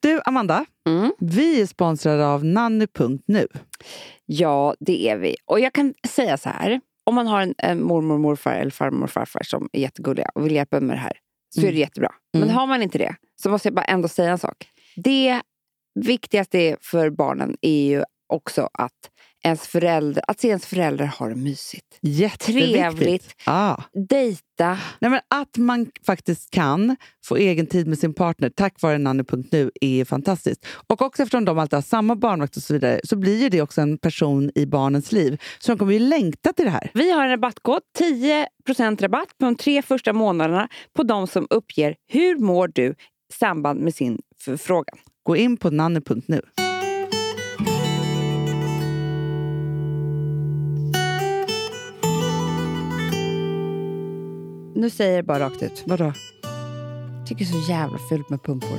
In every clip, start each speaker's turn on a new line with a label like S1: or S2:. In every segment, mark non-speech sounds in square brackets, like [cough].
S1: Du, Amanda,
S2: Mm.
S1: vi är sponsrade av nanny.nu.
S2: Ja, det är vi. Och jag kan säga så här. Om man har en, en mormor, morfar eller farmor och farfar som är jättegulliga och vill hjälpa en med det här så
S1: Mm.
S2: är det jättebra.
S1: Mm.
S2: Men har man inte det så måste jag bara ändå säga en sak. Det viktigaste för barnen är ju också att, ens förälder, att se ens föräldrar har det mysigt.
S1: Jätteviktigt.
S2: Trevligt.
S1: Ah.
S2: Dejta.
S1: Nej, men att man faktiskt kan få egen tid med sin partner tack vare nanny.nu är fantastiskt. Och också eftersom de alltid har samma barnvakt och så vidare så blir ju det också en person i barnens liv. Så de kommer ju längta till det här.
S2: Vi har en rabattkod, 10% rabatt på de tre första månaderna på de som uppger hur mår du i samband med sin förfrågan.
S1: Gå in på nanny.nu.
S2: Nu säger jag bara rakt ut.
S1: Vadå?
S2: Tycker det är så jävla fult med pumpor.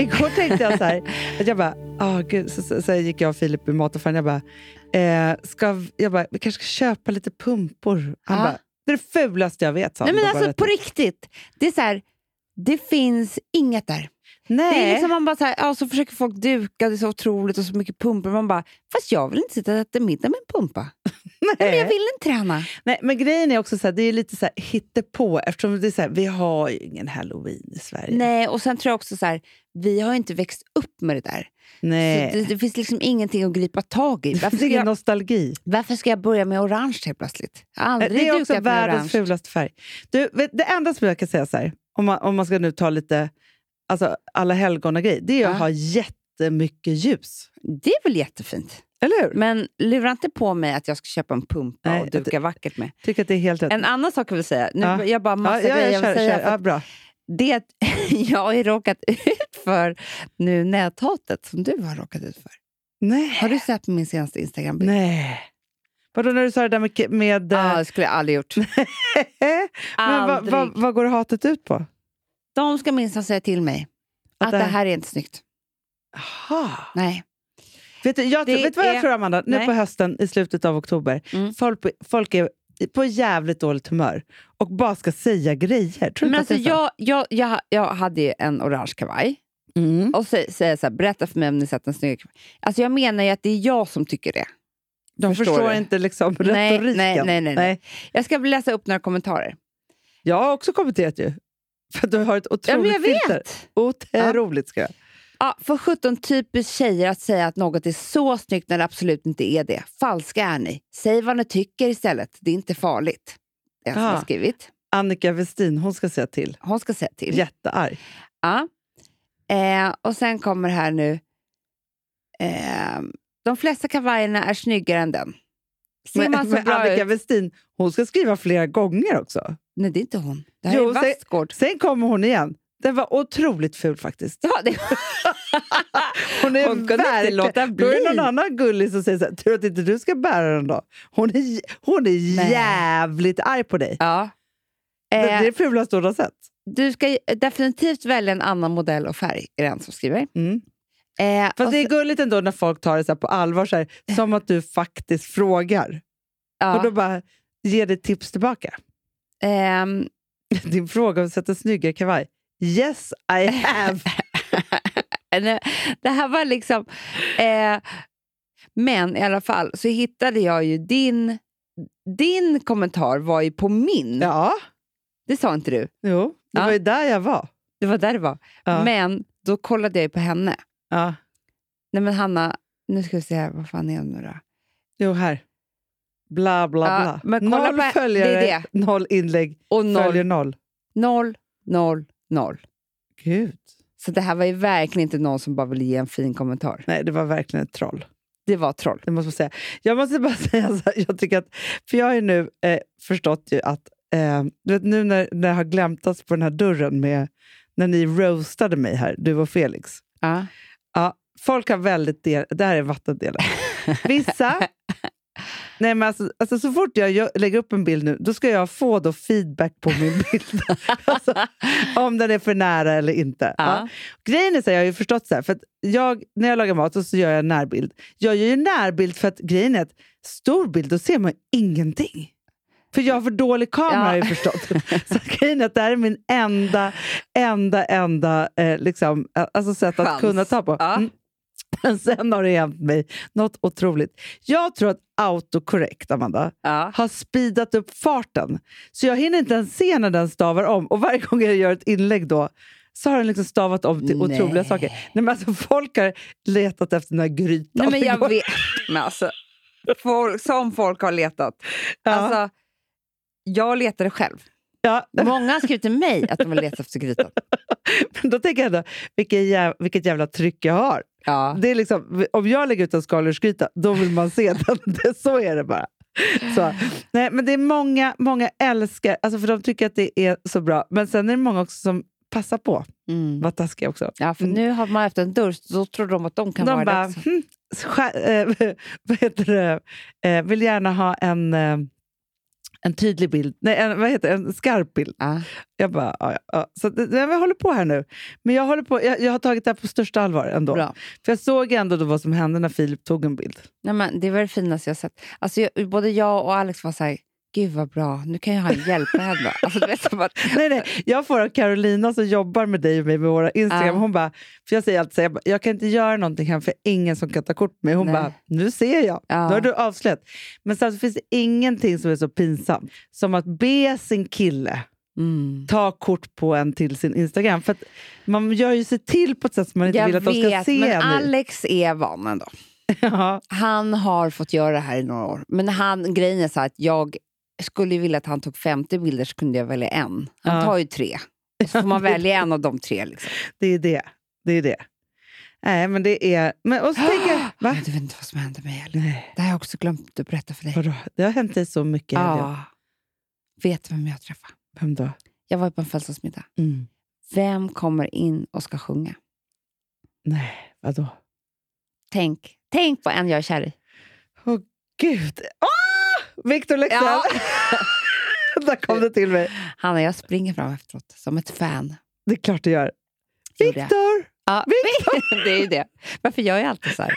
S1: Igår tänkte jag så här, att jag bara, ah gud, så, så, så gick jag och Filip i mataffären. Jag bara, eh, ska, vi- jag bara, vi kanske ska köpa lite pumpor. Han
S2: Ja.
S1: bara, det är det fulaste jag vet, sa han.
S2: Ah. Nej men
S1: Jag bara,
S2: alltså
S1: vet
S2: på
S1: du.
S2: riktigt. Det är så här, det finns inget där.
S1: Nej.
S2: Det är liksom man bara så här, ja, så försöker folk duka, det är så otroligt och så mycket pumpor. Man bara, fast jag vill inte sitta och äta middag med
S1: [laughs]
S2: en pumpa. Nej, men jag vill inte träna.
S1: Nej, men grejen är också så här, det är lite så här hittepå eftersom det är så här, vi har ju ingen halloween i Sverige.
S2: Nej, och sen tror jag också så här, vi har ju inte växt upp med det där.
S1: Nej.
S2: Så det, det finns liksom ingenting att gripa tag i. Varför
S1: det [laughs]
S2: ska
S1: är ingen
S2: jag,
S1: nostalgi. Eh,
S2: varför ska jag börja med orange helt plötsligt? Jag har aldrig
S1: Det är också
S2: dukat med
S1: världens
S2: orange.
S1: fulaste färg. Du, vet, det enda som jag kan säga så här, om man, om man ska nu ta lite alltså, alla helgona grej, det är att
S2: Ja.
S1: ha jättemycket ljus.
S2: Det är väl jättefint?
S1: Eller hur?
S2: Men lura inte på mig att jag ska köpa en pumpa
S1: Nej,
S2: och duka vackert med.
S1: Tycker att det är helt rätt.
S2: En annan sak jag vill säga, nu,
S1: Ja.
S2: jag bara massa
S1: ja, ja,
S2: grejer
S1: jag
S2: jag vill
S1: kör,
S2: säga.
S1: kör.
S2: för
S1: Ja,
S2: att
S1: bra.
S2: Det att [laughs] jag har ju råkat ut för nu näthatet som du har råkat ut för.
S1: Nej.
S2: Har du sett min senaste Instagram-bild?
S1: Nej. Vadå när du sa det där med... med
S2: Ja,
S1: eh,
S2: det skulle jag aldrig gjort.
S1: [laughs] men vad,
S2: aldrig.
S1: vad, vad går hatet ut på?
S2: De ska minsann säga till mig att,
S1: det
S2: det
S1: här-
S2: här är inte snyggt.
S1: Aha.
S2: Nej.
S1: Vet du, jag,
S2: Det
S1: vet du vad jag
S2: är-
S1: tror, Amanda? Nu
S2: Nej.
S1: på hösten, i slutet av oktober,
S2: Mm.
S1: folk, folk är på jävligt dåligt humör och bara ska säga grejer. Tror du
S2: Men
S1: inte
S2: alltså,
S1: att det är så?
S2: jag, jag, jag, jag hade ju en orange kavaj
S1: Mm.
S2: och så säger jag så här, berätta för mig om ni sett en snygg kavaj. Alltså jag menar ju att det är jag som tycker det.
S1: De förstår,
S2: förstår det.
S1: inte liksom
S2: Nej,
S1: retoriken.
S2: nej, nej, nej, nej. Jag ska väl läsa upp några kommentarer.
S1: Jag har också kommenterat ju. För att du har ett otroligt
S2: Ja, men jag
S1: filter.
S2: vet!
S1: Otroligt ska jag.
S2: Ja, för 17 typiskt tjejer att säga att något är så snyggt när det absolut inte är det. Falska är ni. Säg vad ni tycker istället. Det är inte farligt. Det är en som
S1: Ah.
S2: har skrivit.
S1: Annika Westin, hon ska säga till.
S2: Hon ska säga till.
S1: Jättearg.
S2: Ja. Eh, och sen kommer här nu. Eh, de flesta kavajerna är snyggare än den. Ser
S1: Men,
S2: man så
S1: men
S2: bra
S1: Annika
S2: ut?
S1: Westin, hon ska skriva flera gånger också.
S2: Nej, det är inte hon. Det här
S1: Jo,
S2: är
S1: säg-
S2: Vassgård.
S1: Sen kommer hon igen. Den var otroligt ful faktiskt.
S2: Ja, det...
S1: Hon är
S2: Hon kunde inte
S1: verkligen-
S2: låta
S1: Då är det
S2: bli.
S1: någon annan gullig som säger så här, tror att inte du ska bära den då? Hon är, j- hon är
S2: Nej.
S1: jävligt arg på dig.
S2: [laughs] ja.
S1: Det, det är
S2: Eh,
S1: det fulaste hon har sett.
S2: Du ska definitivt välja en annan modell och färg, är det en som skriver.
S1: Mm.
S2: Eh,
S1: Fast
S2: och
S1: det är
S2: så-
S1: gulligt ändå när folk tar det så här på allvar, så här, som att du faktiskt frågar.
S2: ja.
S1: Och då bara ger dig tips tillbaka. [laughs]
S2: Ehm,
S1: Din fråga om att sätta snyggare kavaj. Yes, I
S2: [laughs]
S1: have!
S2: nej, det här var liksom... Eh, men i alla fall så hittade jag ju din... Din kommentar var ju på min.
S1: ja,
S2: Det sa inte du.
S1: jo, det
S2: Ja.
S1: var ju där jag var.
S2: Det var där det var.
S1: Ja.
S2: Men då kollade jag ju på henne.
S1: Ja.
S2: Nej men Hanna, nu ska vi se här, vad fan är hon nu då?
S1: Jo, här. Bla, bla,
S2: Ja,
S1: bla.
S2: men kolla
S1: noll
S2: på- det är
S1: följare,
S2: det.
S1: noll inlägg,
S2: Och
S1: följer
S2: noll,
S1: noll.
S2: noll, noll, noll.
S1: Gud.
S2: Så det här var ju verkligen inte någon som bara ville ge en fin kommentar.
S1: Nej, det var verkligen ett troll.
S2: Det var troll.
S1: Det måste man säga. Jag måste bara [laughs] säga så här, jag tycker att, för jag har ju nu eh, förstått ju att, eh, du vet nu när, när jag har glämtats på den här dörren med, när ni roastade mig här, du och Felix.
S2: Ja.
S1: Ja, folk har väldigt, del, det här är vattendelen. Vissa, nej men alltså, alltså så fort jag gör, lägger upp en bild nu, då ska jag få då feedback på min bild. alltså, om den är för nära eller inte. Ja.
S2: Ja.
S1: Grejen är så här, jag har ju förstått så här, för att jag, när jag lagar mat så- så gör jag en närbild. Jag gör ju närbild för att grejen är att stor bild, då ser man ingenting. För jag har för dålig kamera
S2: Ja.
S1: har jag ju
S2: [laughs]
S1: förstått. Så grejen är att det här är min enda, enda, enda eh, liksom, eh, alltså sätt att
S2: Chans.
S1: kunna ta på.
S2: Ja.
S1: Mm. Men sen har det hänt mig något otroligt. Jag tror att autocorrect, Amanda,
S2: Ja.
S1: har speedat upp farten. Så jag hinner inte ens se när den stavar om. Och varje gång jag gör ett inlägg då så har den liksom stavat om till otroliga
S2: Nej.
S1: saker. Nej, men alltså, folk har letat efter den här grytan.
S2: Nej, men jag
S1: igår.
S2: vet. Men alltså, folk, som folk har letat.
S1: Ja.
S2: Alltså, jag letade själv.
S1: ja.
S2: Många har skrivit till mig att de vill leta efter grytan.
S1: Men då tänker jag ändå, vilket jävla, vilket jävla tryck jag har.
S2: Ja.
S1: Det är liksom, om jag lägger ut en skaldjursgryta, då vill man se den. [laughs] Det, så är det bara. Så. Nej, men det är många, många älskar, alltså för de tycker att det är så bra. Men sen är det många också som passar på.
S2: Mm.
S1: Vad taskiga också.
S2: Ja, för nu har man öppnat en dörr, så då tror de att de kan
S1: de
S2: vara
S1: bara,
S2: det också.
S1: hm, skär, [laughs] eh, vad heter det, eh, vill gärna ha en, eh, en tydlig bild, nej en, vad heter det, en skarp bild.
S2: Ja.
S1: Jag bara, ja, ja, ja. Så det, nej, men jag håller på här nu. Men jag, håller på, jag, jag har tagit det här på största allvar ändå.
S2: Bra.
S1: För jag såg ändå då vad som hände när Filip tog en bild.
S2: Nej, men det var det finaste jag sett. Alltså, jag, både jag och Alex var så här, gud vad bra, nu kan jag ha en hjälp med henne. Alltså, du vet, som att,
S1: Nej, nej, jag får av Carolina som jobbar med dig och mig med våra Instagram,
S2: Ja.
S1: hon bara, för jag säger alltid så här, jag, bara, jag kan inte göra någonting här för ingen som kan ta kort med mig. Hon
S2: Nej.
S1: bara, nu ser jag.
S2: ja.
S1: Då har du avslöjat. Men samtidigt finns det ingenting som är så pinsamt som att be sin kille
S2: mm.
S1: ta kort på en till sin Instagram. För att man gör ju sig till på ett sätt som man inte
S2: Jag
S1: vill att de ska
S2: vet,
S1: se
S2: men
S1: en i.
S2: Alex är van ändå.
S1: [laughs] ja.
S2: Han har fått göra det här i några år. Men han, grejen är så här att jag skulle ju vilja att han tog 50 bilder så kunde jag välja en. Han
S1: Ja.
S2: tar ju tre. Och så får
S1: [laughs]
S2: man välja en av de tre. Liksom.
S1: Det är det. Det är det. Nej, men det är... Men, och så tänker jag, va?
S2: [gasps] Men du vet inte vad som hände mig. Eller?
S1: Nej,
S2: Det har jag också glömt att berätta för dig.
S1: vadå? Det har hänt dig så mycket. i helgen.
S2: Ja. Vet du vem jag träffade?
S1: Vem då?
S2: Jag var på en födelsedagsmiddag.
S1: Mm.
S2: Vem kommer in och ska sjunga?
S1: Nej, vadå?
S2: Tänk, tänk på en jag är kär i.
S1: Gud! Ah! Victor Leksell!
S2: Ja.
S1: [laughs] Där kom det till mig.
S2: Hanna, jag springer fram efteråt som ett fan.
S1: Det är klart du gör.
S2: Gjorde jag.
S1: Victor!
S2: Ja, [laughs] det är ju det. Varför gör jag alltid så här?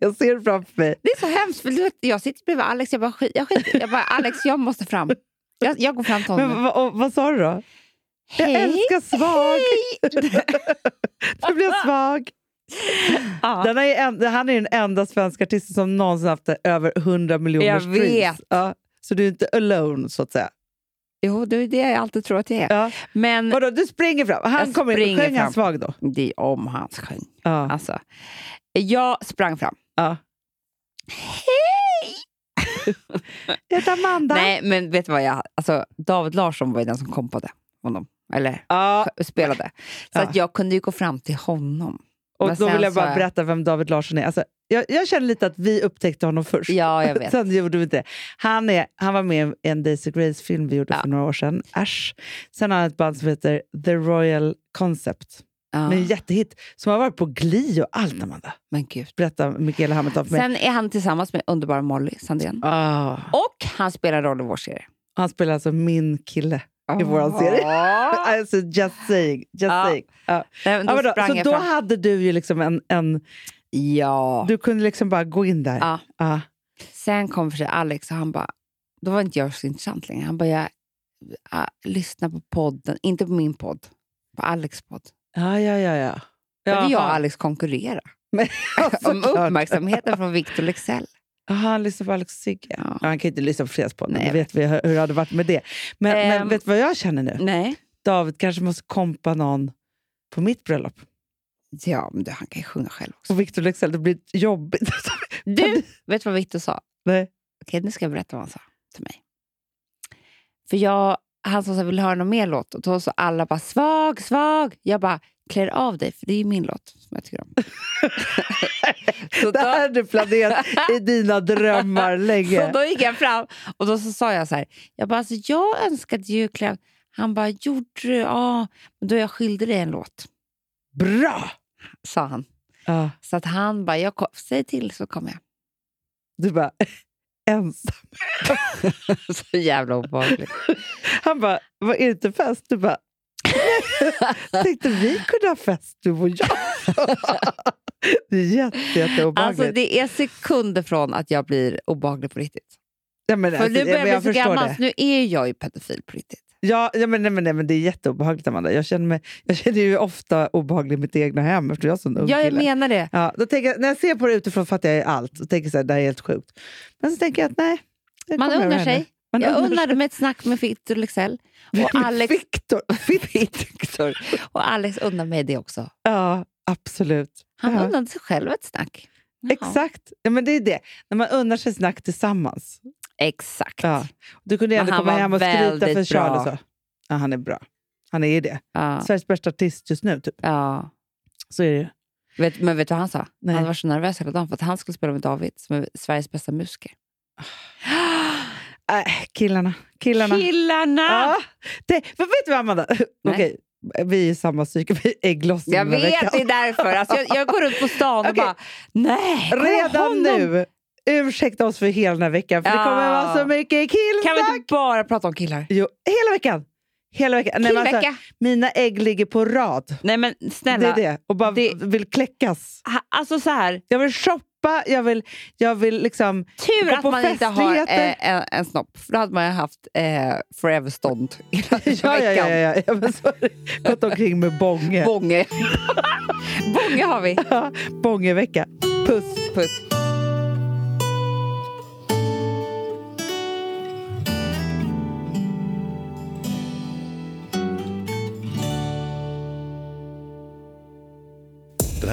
S1: Jag ser det framför mig.
S2: Det är så hemskt. För du vet, jag sitter bredvid Alex jag bara, skit, jag, skit, jag bara Alex, jag måste fram. Jag, jag går fram till
S1: Men,
S2: honom.
S1: vad- och, vad sa du då? Jag älskar svag! Du blev svag.
S2: Ja.
S1: Den är ju en, han är ju den enda svenska artisten som någonsin haft över 100 miljoner
S2: Jag
S1: streams.
S2: vet.
S1: Ja, så du är inte alone, så att säga.
S2: Jo, det är det jag alltid tror att jag är.
S1: Ja.
S2: Men
S1: Vadå, du springer fram? Han
S2: Jag
S1: kommer in.
S2: springer
S1: Sjöng han
S2: fram.
S1: svag då?
S2: det är om hans sjöng.
S1: Ja.
S2: Alltså, jag sprang fram.
S1: ja.
S2: Hej!
S1: Jag heter Amanda.
S2: Nej, men vet du vad jag... Alltså, David Larsson var ju den som kompade honom. Eller
S1: Ja,
S2: spelade. Så
S1: Ja.
S2: att jag kunde ju gå fram till honom.
S1: och
S2: Men
S1: då
S2: sen
S1: vill jag
S2: så
S1: bara
S2: är-
S1: berätta vem David Larsson är. Alltså, jag, jag känner lite att vi upptäckte honom först.
S2: Ja, jag
S1: [laughs]
S2: vet.
S1: Sen gjorde vi inte det. Han, är, han var med i en Daisy Grace-film vi gjorde
S2: Ja.
S1: för några år sedan. Ash. Sen har han ett band som heter The Royal Concept.
S2: Ja.
S1: Med en jättehit. Som har varit på Gli och allt, Amanda.
S2: Men gud.
S1: Berätta Mikaela Hamilton för mig.
S2: Sen är han tillsammans med underbara Molly Sandén.
S1: Ah,
S2: Och han spelar roll i vår serie.
S1: han spelar alltså min kille. I våran serie.
S2: Ja.
S1: Alltså, just saying. Just
S2: Ah. Ja.
S1: saying. Ja.
S2: Nej, men då
S1: Ja, men då,
S2: sprang
S1: så
S2: jag
S1: då
S2: fram.
S1: hade du ju liksom en, en...
S2: Ja.
S1: Du kunde liksom bara gå in där.
S2: Ja.
S1: Ja.
S2: Sen kom för sig Alex och han bara, då var inte jag så intressant längre. Han bara, jag, jag lyssnar på podden, inte på min podd, på Alex podd.
S1: Ja, ja, ja. ja.
S2: Då vill jag och
S1: Jaha.
S2: Alex [laughs] konkurrera
S1: Ja,
S2: om
S1: såklart.
S2: uppmärksamheten från Victor Lexell.
S1: Jaha, han lyssnar på Alex och Sigge.
S2: Ja.
S1: Ja, han kan ju inte lyssna på Fredagspodden.
S2: Nej,
S1: Då
S2: jag
S1: vet vi hur, hur det hade varit med det. Men, men
S2: Ehm.
S1: vet du vad jag känner nu?
S2: Nej.
S1: David kanske måste kompa någon på mitt bröllop.
S2: Ja, men du, han kan ju sjunga själv också.
S1: Och Victor Leksell, det blir jobbigt.
S2: [laughs] Du, vet du vad Victor sa?
S1: Nej.
S2: Okej, nu ska jag berätta vad han sa till mig. För jag, han sa så här, vill du höra någon mer låt? Och då sa alla bara, svag, svag. Jag bara, klär av dig, för det är ju min låt som jag tycker
S1: [laughs]
S2: om. så
S1: Det
S2: då-
S1: här är du planerat i dina drömmar
S2: Så
S1: länge.
S2: då gick jag fram och då så sa jag så här, jag bara, alltså, jag önskade ju klä... Han bara, gjorde du? Ja, men då jag skyldig dig en låt,
S1: Bra!
S2: sa han.
S1: Ja,
S2: Så att han bara, jag kom, säg till så kommer jag. [laughs]
S1: du bara, [laughs] ensam.
S2: så jävla obehagligt.
S1: Han bara, var är det inte fest? Du bara, [laughs] tänkte vi kunde ha fest du och jag. [laughs] Det är jätte, jätte
S2: Alltså det är sekunder från att jag blir obehaglig på riktigt.
S1: Ja, men,
S2: För
S1: alltså,
S2: nu
S1: ja, men
S2: börjar jag
S1: jag
S2: bli så
S1: förstår
S2: gammal,
S1: det.
S2: så nu är jag ju pedofil på riktigt.
S1: Ja, ja men, nej, men, nej, men det är jätteobehagligt, Amanda. Jag känner, mig, jag känner ju ofta obehaglig i mitt egna hem eftersom jag är en sån ung
S2: Ja, jag
S1: kille.
S2: menar det.
S1: Ja, då tänker jag, när jag ser på det utifrån fattar jag allt och tänker så här, det här är helt sjukt. Men så tänker jag att nej. jag
S2: Man
S1: kommer över
S2: undrar
S1: henne.
S2: sig.
S1: Man
S2: Jag
S1: undrar sig.
S2: undrade mig ett snack med
S1: [laughs]
S2: Victor Leksell. Och Alex,
S1: Victor.
S2: [laughs] Victor. och Alex undrade mig det också.
S1: Ja, absolut.
S2: Han
S1: ja.
S2: undrade sig själv ett snack. Jaha.
S1: Exakt. Ja, men det är det. När man undrar sig snack tillsammans.
S2: Exakt.
S1: Ja. Du kunde ju ändå
S2: Men han
S1: komma
S2: var
S1: hem och skryta för
S2: väldigt
S1: Charlie.
S2: bra.
S1: Så. Ja, han är bra. Han är ju det.
S2: Ja.
S1: Sveriges bästa artist just nu, typ.
S2: Ja.
S1: Så är det ju.
S2: Vet, men vet du vad han sa?
S1: Nej.
S2: Han var så nervös hela dagen för att han skulle spela med David, som är Sveriges bästa musiker.
S1: Äh, killarna. [gasps] Killarna.
S2: Killarna!
S1: Ja. Ah. Det, men vet du vad, Amanda? Okej, vi är i samma psyke. Vi är ägglossning
S2: Jag
S1: den här
S2: vet, det
S1: veckan.
S2: är därför. Alltså, jag, jag går runt på stan och
S1: [laughs] Okej.
S2: bara, nej! kolla
S1: Redan
S2: honom.
S1: nu. Ursäkta oss för hela den här veckan, för det
S2: Ja.
S1: kommer vara så mycket
S2: Kan vi
S1: killsnack!
S2: inte bara prata om killar?
S1: Jo, hela veckan! Hela veckan. Nej, men alltså,
S2: Killvecka!
S1: mina ägg ligger på rad.
S2: Nej men
S1: Det
S2: snälla.
S1: är det. Och bara
S2: det-
S1: vill kläckas.
S2: Ha- Alltså så här,
S1: Jag vill shoppa, jag vill, jag vill liksom...
S2: tur
S1: Gå
S2: att
S1: på
S2: man inte har
S1: festligheter.
S2: eh, en, en snopp. För då hade man ju haft eh, forever-stånd hela
S1: [laughs] Ja, ja, ja,
S2: veckan.
S1: ja, [laughs] ja. Men så har det gått omkring med bånge.
S2: Bånge. [laughs] Bånge har vi.
S1: Ja, Bångevecka. Puss!
S2: Puss.
S3: Den